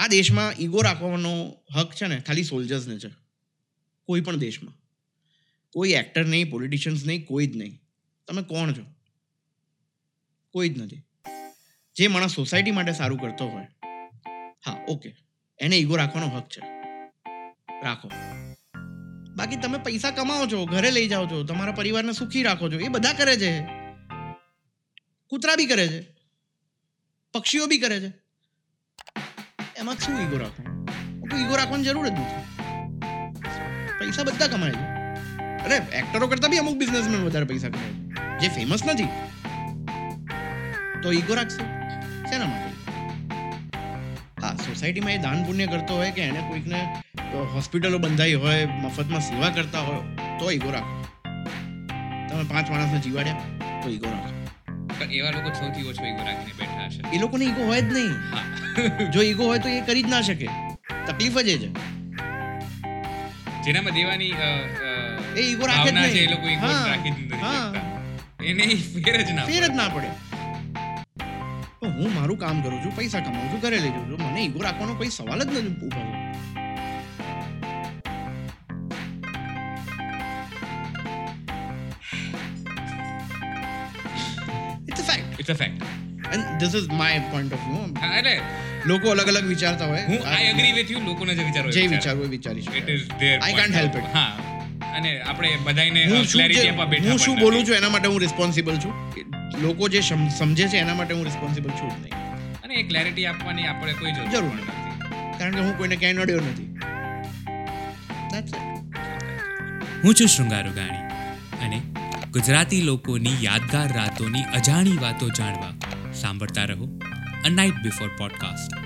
આ દેશમાં ઈગો રાખવાનો હક છે ને ખાલી સોલ્જર્સને છે કોઈ પણ દેશમાં કોઈ એક્ટર નહીં પોલિટિશિયન્સ નહીં કોઈ જ નહીં તમે કોણ છો કોઈ જ નથી જે માણસ સોસાયટી માટે સારું કરતો હોય હા ઓકે એને ઈગો રાખવાનો હક છે રાખો બાકી તમે પૈસા કમાવો છો ઘરે લઈ જાઓ છો તમારા પરિવારને સુખી રાખો છો એ બધા કરે છે કૂતરા બી કરે છે પક્ષીઓ બી કરે છે એમાં શું ઈગો રાખો ઈગો રાખવાની જરૂર જ નથી પૈસા બધા કમાય છે અરે એક્ટરો કરતા બી અમુક બિઝનેસમેન વધારે પૈસા કમાય છે જે ફેમસ નથી તો ઈગો રાખશે શેના માટે હા સોસાયટીમાં એ દાન પુણ્ય કરતો હોય કે એને કોઈકને હોસ્પિટલો બંધાઈ હોય મફતમાં સેવા કરતા હોય તો ઈગો રાખો તમે પાંચ માણસને જીવાડ્યા તો ઈગો રાખો પણ એવા લોકો સૌથી ઓછો ઈગો રાખીને બેઠા હશે એ લોકોને ઈગો હોય જ નહીં હા જો ઈગો હોય તો એ કરી જ ના શકે તકલીફ જ એ છે જેનામાં દેવાની અ, અ, એ ઈગો રાખે જ ભાવના છે એ નહીં લોકો ઈગો હા, રાખી જ નથી હા. શકતા. એને ઈ ફેર જ ના ફેર જ ના પડે તો હું મારું કામ કરું છું પૈસા કમાઉં છું ઘરે લઈ જાઉં છું મને ઈગો રાખવાનો કોઈ સવાલ જ નથી ઊભો થતો. It's a fact. It's a fact And this is my point of view. એટલે લોકો અલગ અલગ વિચારતા હોય હું આઈ અગ્રી વિથ યુ લોકોના જે વિચારો જે વિચારવું એ વિચારી શકે. It is there I can't help it. હા અને આપણે બધાયને હું શું ક્લેરિટી જે- આપવા બેઠા હું શું પણ બોલું નથી. છું એના માટે હું રિસ્પોન્સિબલ છું લોકો જે સમ- સમજે છે એના માટે હું રિસ્પોન્સિબલ છું જ નહીં અને એ ક્લેરિટી આપવાની આપણે કોઈ જરૂર જરૂર પણ નથી કારણ કે હું કોઈને ક્યાંય નડ્યો નથી That's it. હું છું શૃંગારો ગાણી અને ગુજરાતી લોકોની યાદગાર રાતોની અજાણી વાતો જાણવા સાંભળતા રહો અ નાઇટ બિફોર પોડકાસ્ટ